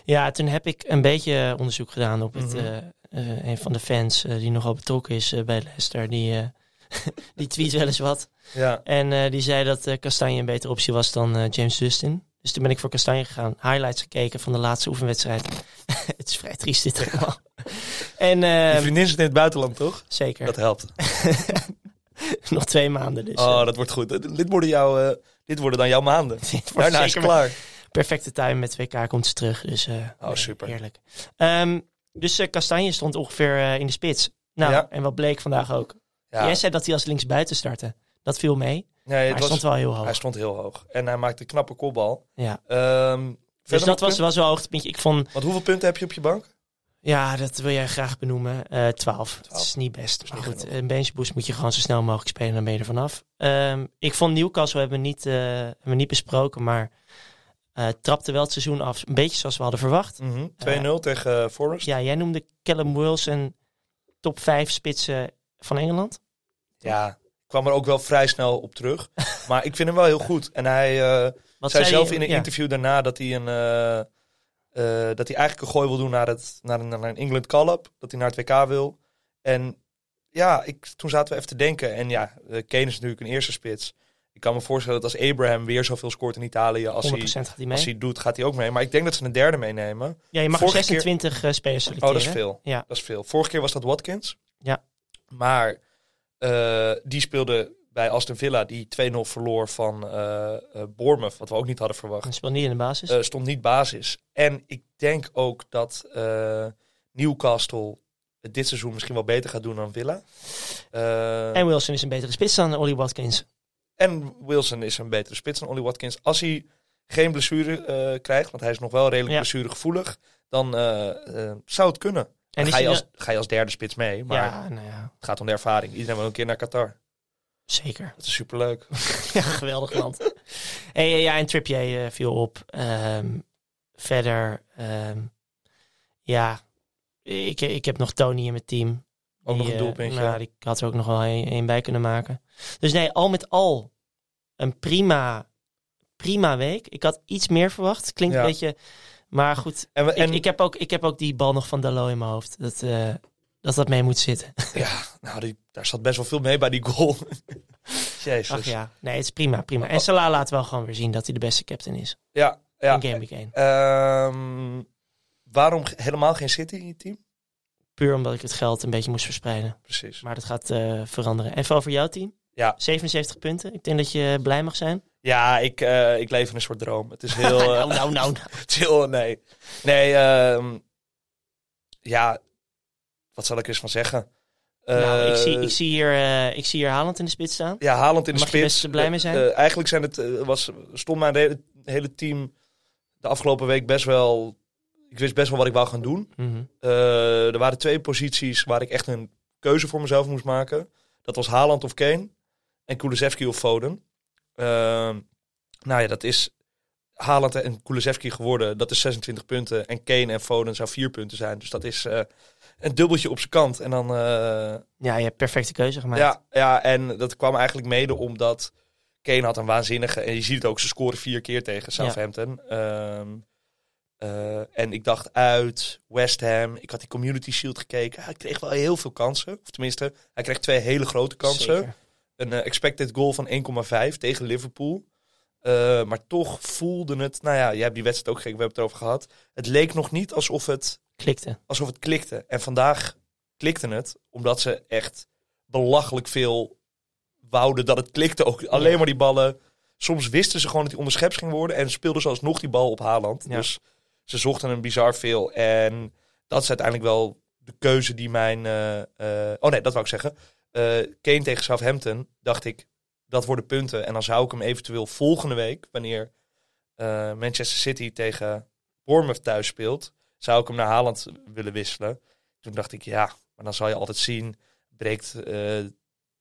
Ja, toen heb ik een beetje onderzoek gedaan op het, Mhm. eh, eh, een van de fans eh, die nogal betrokken is eh, bij Leicester. Die, eh, die tweet wel eens wat. Ja, En eh, die zei dat eh, Kastanje een betere optie was dan eh, James Justin. Dus toen ben ik voor Kastanje gegaan. Highlights gekeken van de laatste oefenwedstrijd. het is vrij triest dit allemaal. en je eh, vriendin zit in het buitenland toch? zeker, Dat helpt. nog twee maanden dus. Oh, eh, dat wordt goed. Dit worden, jouw, eh, dit worden dan jouw maanden. dit wordt Daarna is zeker het mijn- klaar. perfecte tuin met WK komt ze terug. Dus, eh, Oh, super. Heerlijk. Ehm, dus eh, Kastanje stond ongeveer eh, in de spits. Nou, Ja. en wat bleek vandaag ook. Jij Ja. zei dat hij als linksbuiten startte. Dat viel mee. Nee, Maar het hij was, stond wel heel hoog. hij stond heel hoog. En hij maakte een knappe kopbal. Ja. Ehm, Dus verder nog dat was, punten? was wel een hoogtepuntje. Ik vond, Want hoeveel punten heb je op je bank? ja, dat wil jij graag benoemen. Eh 12. Dat is niet best. is maar niet goed, genoeg. een benchboost moet je gewoon zo snel mogelijk spelen. Dan ben je er vanaf. Ehm, ik vond Newcastle hebben we niet, eh, hebben we niet besproken. Maar eh, trapte wel het seizoen af. Een beetje zoals we hadden verwacht. Mhm, 2-0 tegen eh, Forest. Ja, jij noemde Callum Wilson top 5 spitsen van Engeland. Ja, ik kwam er ook wel vrij snel op terug. maar ik vind hem wel heel goed. En hij eh, Wat zei zei zelf je- in een ja. interview daarna dat hij een. eh, eh, dat hij eigenlijk een gooi wil doen naar, het, naar, een, naar een England call-up. Dat hij naar het WK wil. En ja, ik, toen zaten we even te denken. En ja, eh, Kane is natuurlijk een eerste spits. Ik kan me voorstellen dat als Abraham weer zoveel scoort in Italië. Als, 100% hij, gaat hij als mee. hij doet, gaat hij ook mee. Maar ik denk dat ze een derde meenemen. Ja, je mag vorige 26 eh, spelers Oh, selecteren. dat is veel. Ja. Dat is veel. Vorige keer was dat Watkins. Ja. Maar eh, die speelde bij Aston Villa, die 2-0 verloor van eh eh, Bournemouth, wat we ook niet hadden verwacht. Hij speelt niet in de basis. Eh, stond niet basis. En ik denk ook dat eh, Newcastle het dit seizoen misschien wel beter gaat doen dan Villa. Eh, en Wilson is een betere spits dan Ollie Watkins. en Wilson is een betere spits dan Ollie Watkins. Als hij geen blessure eh, krijgt, want hij is nog wel redelijk Ja. blessuregevoelig, dan eh, eh, zou het kunnen. En is ga, je hij als, wel- ga je als derde spits mee, maar Ja, nou ja, het gaat om de ervaring. Iedereen wil een keer naar Qatar. zeker. Dat is superleuk. ja, geweldig land. hey, eh, ja, en Trippier eh, viel op. Ehm, verder, ehm, ja, ik, ik heb nog Tony in mijn team. Ook nog Die, een eh, doelpuntje. nou, die had er ook nog wel een, een bij kunnen maken. Dus nee, al met al een prima, prima week. Ik had iets meer verwacht. Klinkt Ja. een beetje... Maar goed, En, we- Ik- en ik, heb ook, ik heb ook die bal nog van Dalot in mijn hoofd. Dat, eh, dat dat mee moet zitten. ja, nou, die, daar zat best wel veel mee bij die goal. Jezus. Ach ja, Dus nee, het is prima, prima. En Salah laat wel gewoon weer zien dat hij de beste captain is. ja, Oh. ja. In Game Week 1. Ehm, waarom ge- helemaal geen City in je team? Puur omdat ik het geld een beetje moest verspreiden. Precies. Maar dat gaat eh, veranderen. En vooral voor jouw team. Ja. 77 punten. Ik denk dat je blij mag zijn. Ja, ik, eh, ik leef in een soort droom. Het is heel... eh, nou, nou, nou. nou. chill, nee. Nee, ehm, ja, wat zal ik er eens van zeggen? nou ik, Eh, zie, ik, zie hier, eh, ik zie hier Haaland in de spits staan. Ja, Haaland in Mag de je spits. best blij mee zijn? Eh, eigenlijk zijn het, eh, was, stond mijn hele, hele team de afgelopen week best wel... Ik wist best wel wat ik wou gaan doen. Mhm. Eh, er waren twee posities waar ik echt een keuze voor mezelf moest maken. Dat was Haaland of Kane. En Kulusevski of Foden. Ehm, nou ja, dat is Haaland en Kulusevski geworden. Dat is 26 punten. En Kane en Foden zou 4 punten zijn. Dus dat is eh, een dubbeltje op zijn kant. En dan... eh, Ja, je hebt perfecte keuze gemaakt. ja, ja, en dat kwam eigenlijk mede omdat Kane had een waanzinnige... En je ziet het ook, ze scoren vier keer tegen Southampton. Ehm, eh, en ik dacht uit, West Ham. Ik had die Community Shield gekeken. Hij kreeg wel heel veel kansen. Of tenminste, hij kreeg twee hele grote kansen. Zeker. Een eh, expected goal van 1,5 tegen Liverpool. Eh, Eh, maar toch voelde het, nou ja, jij hebt die wedstrijd ook gek, we hebben het erover gehad. Het leek nog niet alsof het, Klikte. alsof het klikte. En vandaag klikte het, omdat ze echt belachelijk veel wouden dat het klikte. Ook alleen maar die ballen. Soms wisten ze gewoon dat die onderschept ging worden en speelden ze alsnog die bal op Haaland. Ja. Dus ze zochten hem bizar veel. En dat is uiteindelijk wel de keuze die mijn... eh, eh, oh nee, dat wou ik zeggen. Eh Kane tegen Southampton dacht ik, dat worden punten. En dan zou ik hem eventueel volgende week, wanneer eh, Manchester City tegen Bournemouth thuis speelt, zou ik hem naar Haaland willen wisselen. Toen dacht ik, ja, maar dan zal je altijd zien, breekt eh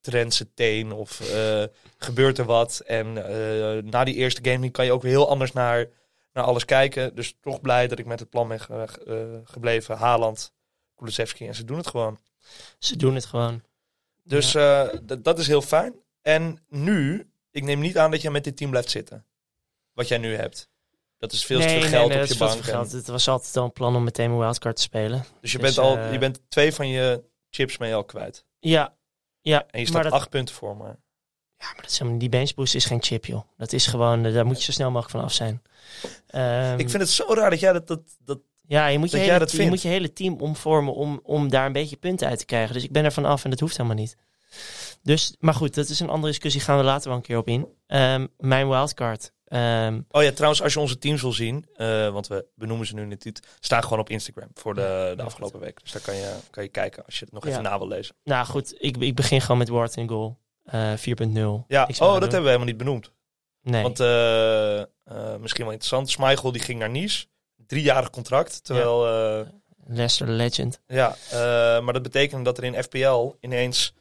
Trent zijn teen of eh, gebeurt er wat. En eh, na die eerste game week kan je ook weer heel anders naar, naar alles kijken. Dus toch blij dat ik met het plan ben ge- eh, gebleven. Haaland, Kulusevski en ze doen het gewoon. Ze doen het gewoon. Dus eh, d- dat is heel fijn. En nu, ik neem niet aan dat jij met dit team blijft zitten. Wat jij nu hebt. Dat is veel te veel geld op dat je is veel te bank. veel en- geld. Het was altijd al een plan om meteen mijn wildcard te spelen. Dus je Dus, bent al eh, je bent twee van je chips mee al kwijt. Ja, ja. En je staat maar, dat, Mhm. acht punten voor. Maar ja, maar dat is helemaal, die benchboost is geen chip, joh. Dat is gewoon, eh, daar moet je zo snel mogelijk van af zijn. Ehm, ik vind het zo raar dat jij dat. dat, dat ja, je moet je, dat hele, jij dat je vindt. moet je hele team omvormen om, om daar een beetje punten uit te krijgen. Dus ik ben er van af en dat hoeft helemaal niet. Dus, maar goed, dat is een andere discussie. Gaan we later wel een keer op in. Ehm, mijn wildcard. Ehm, Oh ja, trouwens, als je onze teams wil zien, eh, want we benoemen ze nu net niet, staan gewoon op Instagram voor de, de Ja, afgelopen week. Dus daar kan je, kan je kijken als je het nog Ja. even na wil lezen. nou goed, ik, ik begin gewoon met Ward in goal. Eh, 4.0. Ja, Niks oh, meer dat aan doen. hebben we helemaal niet benoemd. Nee. Want eh, eh, misschien wel interessant. Schmeichel die ging naar Nice. Driejarig contract. Terwijl, eh, Leicester Legend. ja, eh, maar dat betekende dat er in FPL ineens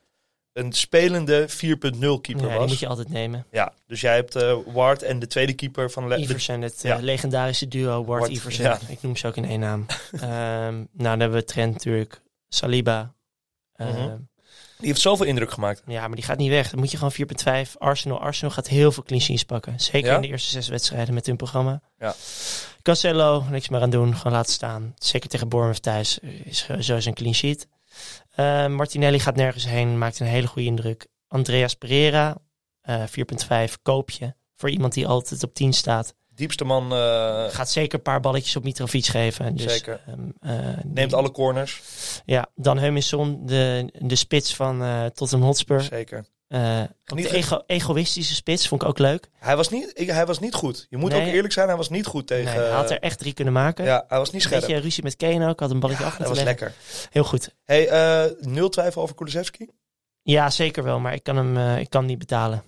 een spelende 4.0 keeper Ja, die was. moet je altijd nemen. Ja, dus jij hebt eh, Ward en de tweede keeper van Le- de- Iversen, het ja. eh, legendarische duo Ward, Ward-Iversen. ja. Ik noem ze ook in één naam. Ehm, nou, dan hebben we Trent natuurlijk. Saliba. Ehm, Mhm. Die heeft zoveel indruk gemaakt. Ja, maar die gaat niet weg. Dan moet je gewoon 4.5. Arsenal. Arsenal gaat heel veel clean sheets pakken. Zeker Ja? in de eerste zes wedstrijden met hun programma. Ja. Cancelo, niks meer aan doen. Gewoon laten staan. Zeker tegen Bournemouth thuis eh, is eh, sowieso een clean sheet. Eh, Martinelli gaat nergens heen. Maakt een hele goede indruk. Andreas Pereira, eh, 4.5. Koopje. Voor iemand die altijd op 10 staat. Diepste man eh, Gaat zeker een paar balletjes op Mitrovic geven. Dus, Zeker. ehm, eh, neemt die- alle corners. Ja, dan Heuminson, de, de spits van eh Tottenham Hotspur. Zeker. Eh, ook Niet de ge- ego- egoïstische spits vond ik ook leuk. Hij was niet, ik, hij was niet goed. Je moet Nee. ook eerlijk zijn, hij was niet goed tegen... eh, nee, hij had er echt drie kunnen maken. ja, hij was niet een scherp. beetje ruzie met Kane ook. Had een balletje af dat moeten was leggen. lekker. Heel goed. Hey, eh, nul twijfel over Kulusevski? Ja, zeker wel. Maar ik kan hem eh, ik kan hem niet betalen.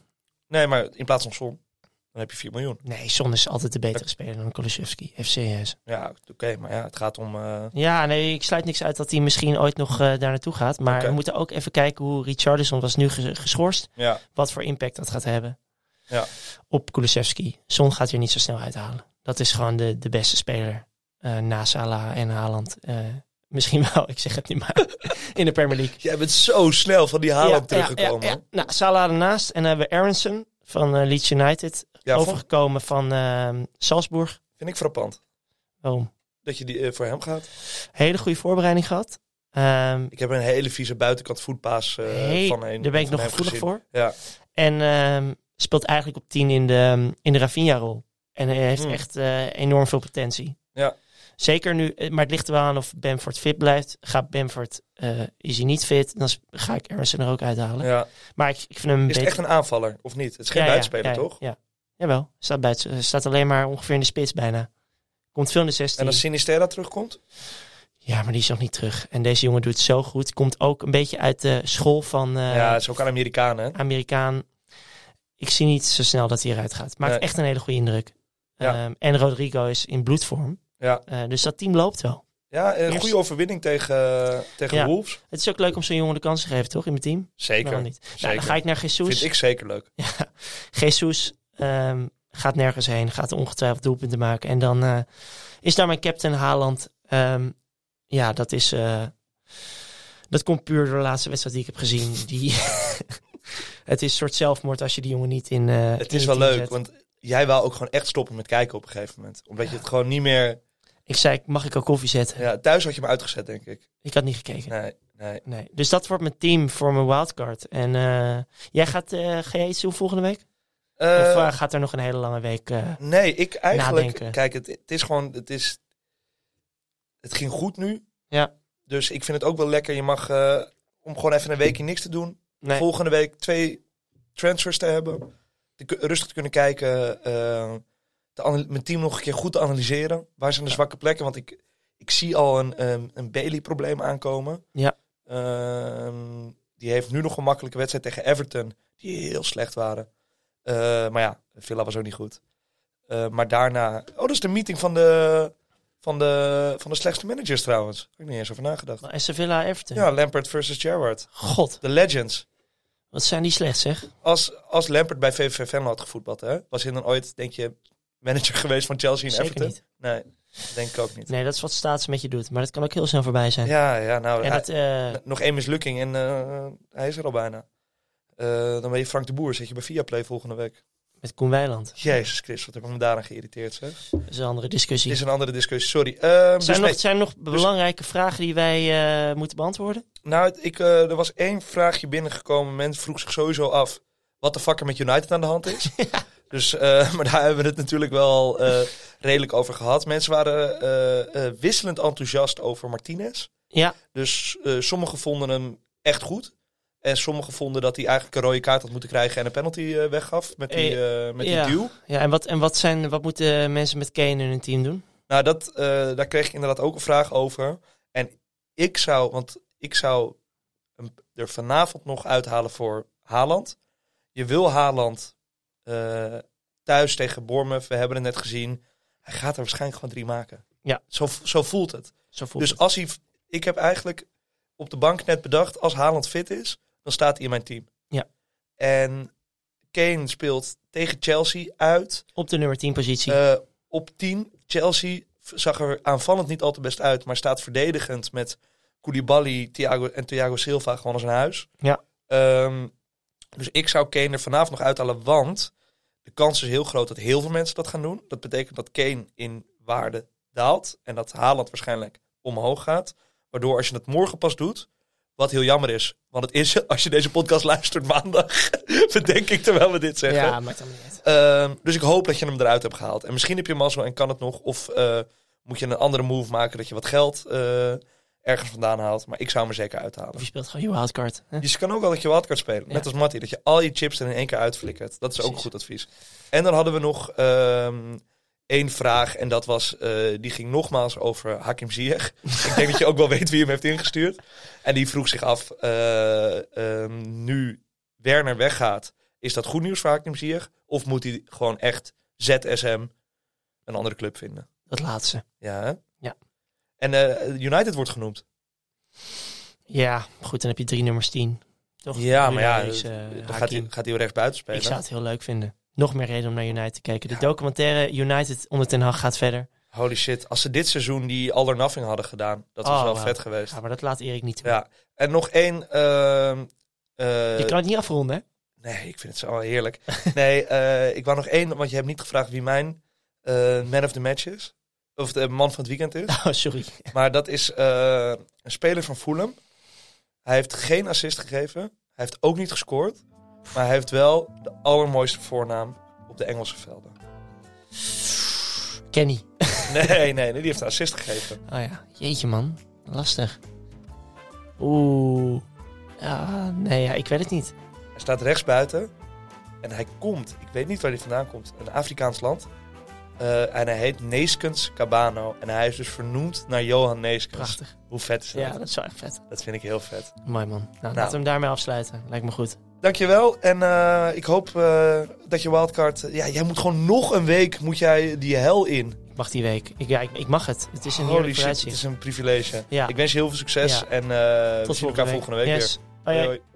Nee, maar in plaats van som, dan heb je 4 miljoen. Nee, Son is altijd de betere speler dan Kulusevski. FCS. Ja, oké, maar ja, het gaat om... eh, Ja, nee, ik sluit niks uit dat hij misschien ooit nog eh, daar naartoe gaat. Maar Oké. we moeten ook even kijken hoe Richardson was nu ge- geschorst. ja, Wat voor impact dat gaat hebben Ja. op Kulusevski. Son gaat hier niet zo snel uithalen. Dat is gewoon de, de beste speler eh, na Salah en Haaland. Eh, misschien wel, ik zeg het niet maar, in de Premier League. Jij bent zo snel van die Haaland Ja, ja, teruggekomen. ja, Ja, ja. Nou, Salah ernaast. En dan hebben we Aronson van eh, Leeds United. vond- overgekomen van ehm, Salzburg. vind ik frappant. Waarom? Dat je die eh, voor hem gaat. Hele goede voorbereiding gehad. Ehm, Ik heb een hele vieze buitenkant voetpaas eh, Hey, van een. daar ben ik van nog hem gevoelig gezien. voor. Ja. En ehm, speelt eigenlijk op 10 in de, ehm, in de Rafinha-rol. En hij heeft Hmm. echt eh, enorm veel potentie. Ja. Zeker nu, eh, maar het ligt er wel aan of Bamford fit blijft. Gaat Bamford, eh, is hij niet fit, dan s- ga ik Aronson er ook uithalen. Ja. Maar ik, ik vind hem een Is beetje... het echt een aanvaller of niet? Het is geen Ja, ja, buitenspeler, ja, ja, toch? Ja. Jawel, staat, buiten, eh, staat alleen maar ongeveer in de spits bijna. Komt veel in de 16. En als Sinisterra terugkomt? Ja, maar die is nog niet terug. En deze jongen doet het zo goed. Komt ook een beetje uit de school van eh, ja, het is ook aan Amerikanen. hè? Amerikaan. Ik zie niet zo snel dat hij eruit gaat. Maakt Nee. echt een hele goede indruk. Ja. Ehm, en Rodrigo is in bloedvorm. Ja, Eh, dus dat team loopt wel. ja een Eerst- goede overwinning tegen, eh, tegen Ja. Wolves. Het is ook leuk om zo'n jongen de kans te geven, toch? In mijn team? Zeker. Waarom niet? Nou, Zeker. dan ga ik naar Jesus. Vind ik zeker leuk. Jesus ehm, gaat nergens heen. Gaat ongetwijfeld doelpunten maken. En dan eh, is daar mijn captain Haaland. Ehm, ja, dat is... eh, dat komt puur door de laatste wedstrijd die ik heb gezien. Die het is een soort zelfmoord als je die jongen niet in... eh, Het in is je wel team leuk, zet. want jij wou ook gewoon echt stoppen met kijken op een gegeven moment. Omdat je het gewoon niet meer... Ik zei, mag ik ook koffie zetten? Ja, thuis had je hem uitgezet, denk ik. Ik had niet gekeken. Nee. Nee, nee. Dus dat wordt mijn team voor mijn wildcard. En eh, jij gaat eh ga jij iets doen volgende week? Eh, Eh, of eh, gaat er nog een hele lange week... eh, nee, ik eigenlijk... nadenken? Kijk, het, het is gewoon... Het, is, het ging goed nu. Ja. Dus ik vind het ook wel lekker. Je mag... eh, om gewoon even een weekje niks te doen. nee. volgende week twee transfers te hebben. Te ku- rustig te kunnen kijken. eh, te anal- mijn team nog een keer goed te analyseren. Waar zijn de zwakke plekken? Want ik, ik zie al een, ehm, een Bailey-probleem aankomen. Ja. Ehm, die heeft nu nog een makkelijke wedstrijd tegen Everton. Die heel slecht waren. Eh, maar ja, Villa was ook niet goed. Eh, maar daarna... Oh, dat is de meeting van de, van de, van de slechtste managers trouwens. Daar heb ik niet eens over nagedacht. Maar SC Villa Everton. Ja, Lampard versus Gerrard. God, De legends. wat zijn die slecht zeg. Als, als Lampert bij VVV Venlo had gevoetbald, hè, was hij dan ooit, denk je, manager geweest van Chelsea en Zeker Everton? niet. Nee, denk ik ook niet. Nee, dat is wat Staats met je doet. Maar dat kan ook heel snel voorbij zijn. Ja, ja, nou, En hij- dat, eh, nog één mislukking en eh, hij is er al bijna. Eh, dan ben je Frank de Boer, zit je bij Viaplay volgende week. met Koen Weiland. Jezus Christus, wat heb ik me daaraan geïrriteerd, zeg. Dat is een andere discussie. Is een andere discussie, sorry. Ehm, dus zijn, er nee, nog, zijn er nog belangrijke vragen die wij eh, moeten beantwoorden? Nou, het- ik, eh, er was één vraagje binnengekomen. Mensen vroeg zich sowieso af wat de fuck er met United aan de hand is. Dus, eh, maar daar hebben we het natuurlijk wel eh, redelijk over gehad. Mensen waren eh, eh, wisselend enthousiast over Martinez. Ja, Dus eh, sommigen vonden hem echt goed. En sommigen vonden dat hij eigenlijk een rode kaart had moeten krijgen en een penalty eh, weggaf met die, eh, met ja. die duw. ja en, wat, en wat, zijn, wat moeten mensen met Kane in hun team doen? Nou, dat, eh, daar kreeg ik inderdaad ook een vraag over. En ik zou, want ik zou hem er vanavond nog uithalen voor Haaland. Je wil Haaland eh, thuis tegen Bournemouth. We hebben het net gezien. Hij gaat er waarschijnlijk gewoon drie maken. Ja. Zo, zo voelt het. Zo voelt dus het. als hij, ik heb eigenlijk op de bank net bedacht, als Haaland fit is, dan staat hij in mijn team. Ja. En Kane speelt tegen Chelsea uit. op de nummer 10 positie. Eh, op 10, Chelsea v- zag er aanvallend niet al te best uit, maar staat verdedigend met Koulibaly Thiago, en Thiago Silva gewoon als een huis. Ja. Ehm, dus ik zou Kane er vanavond nog uithalen, want de kans is heel groot dat heel veel mensen dat gaan doen. Dat betekent dat Kane in waarde daalt en dat Haaland waarschijnlijk omhoog gaat. Waardoor als je het morgen pas doet, wat heel jammer is. Want het is, als je deze podcast luistert maandag, bedenk ik terwijl we dit zeggen. ja, maakt allemaal niet uit. Ehm, dus ik hoop dat je hem eruit hebt gehaald. En misschien heb je mazzel en kan het nog. Of eh, moet je een andere move maken dat je wat geld eh, ergens vandaan haalt. Maar ik zou hem er zeker Of uithalen. je speelt gewoon je wildcard. hè? Dus je kan ook wel dat je wildcard spelen. Net Ja. als Matty. Dat je al je chips er in één keer uitflikkert. Dat is ook Precies. een goed advies. En dan hadden we nog ehm, één vraag. En dat was, eh, die ging nogmaals over Hakim Ziyech. ik denk dat je ook wel weet wie hem heeft ingestuurd. En die vroeg zich af, eh, ehm, nu Werner weggaat. Is dat goed nieuws voor Hakim Ziyech? Of moet hij gewoon echt ZSM een andere club vinden? Dat laatste. Ja, hè? Ja. En eh, United wordt genoemd. Ja, goed, dan heb je drie nummers 10. Toch? Ja, maar ja, dus Ruiz, eh, Dan gaat hij, Hakim. gaat hij rechts buiten spelen. Ik zou het heel leuk vinden. Nog meer reden om naar United te kijken. De documentaire United onder Ten Hag gaat verder. Holy shit, als ze dit seizoen die All or Nothing hadden gedaan, dat was Oh, wel wauw. vet geweest. Ja, Ja. maar dat laat Erik niet toe. En nog één. ehm, eh, je kan het niet afronden, hè? Nee, ik vind het zo wel heerlijk. nee, eh, ik wou nog één, want je hebt niet gevraagd wie mijn eh, man of the match is. Of de man van het weekend is. Oh, sorry. maar dat is eh, een speler van Fulham. Hij heeft geen assist gegeven. Hij heeft ook niet gescoord. Maar hij heeft wel de allermooiste voornaam op de Engelse velden. Kenny. Nee, nee, nee, die heeft een assist gegeven. Oh ja, jeetje man. Lastig. Oeh. Ja, nee, ja, ik weet het niet. Hij staat rechts buiten en hij komt, ik weet niet waar hij vandaan komt, een Afrikaans land. Eh, en hij heet Neeskens Cabano. En hij is dus vernoemd naar Johan Neeskens. Prachtig. Hoe vet is dat? Ja, dat is wel echt vet. Dat vind ik heel vet. Mooi man. Nou, laten we hem daarmee afsluiten. Lijkt me goed. Dankjewel. En eh, ik hoop eh, dat je wildcard... Ja, jij moet gewoon nog een week moet jij die hel in. Ik mag die week. Ik, ja, ik, ik mag het. Het is een Holy heerlijk shit, het vooruitzicht. is eh, een privilege. Ja. Ik wens je heel veel succes. Ja. En eh we zien volgende elkaar week. volgende week Yes. Oh weer. Hoi, hoi. Hoi, hoi.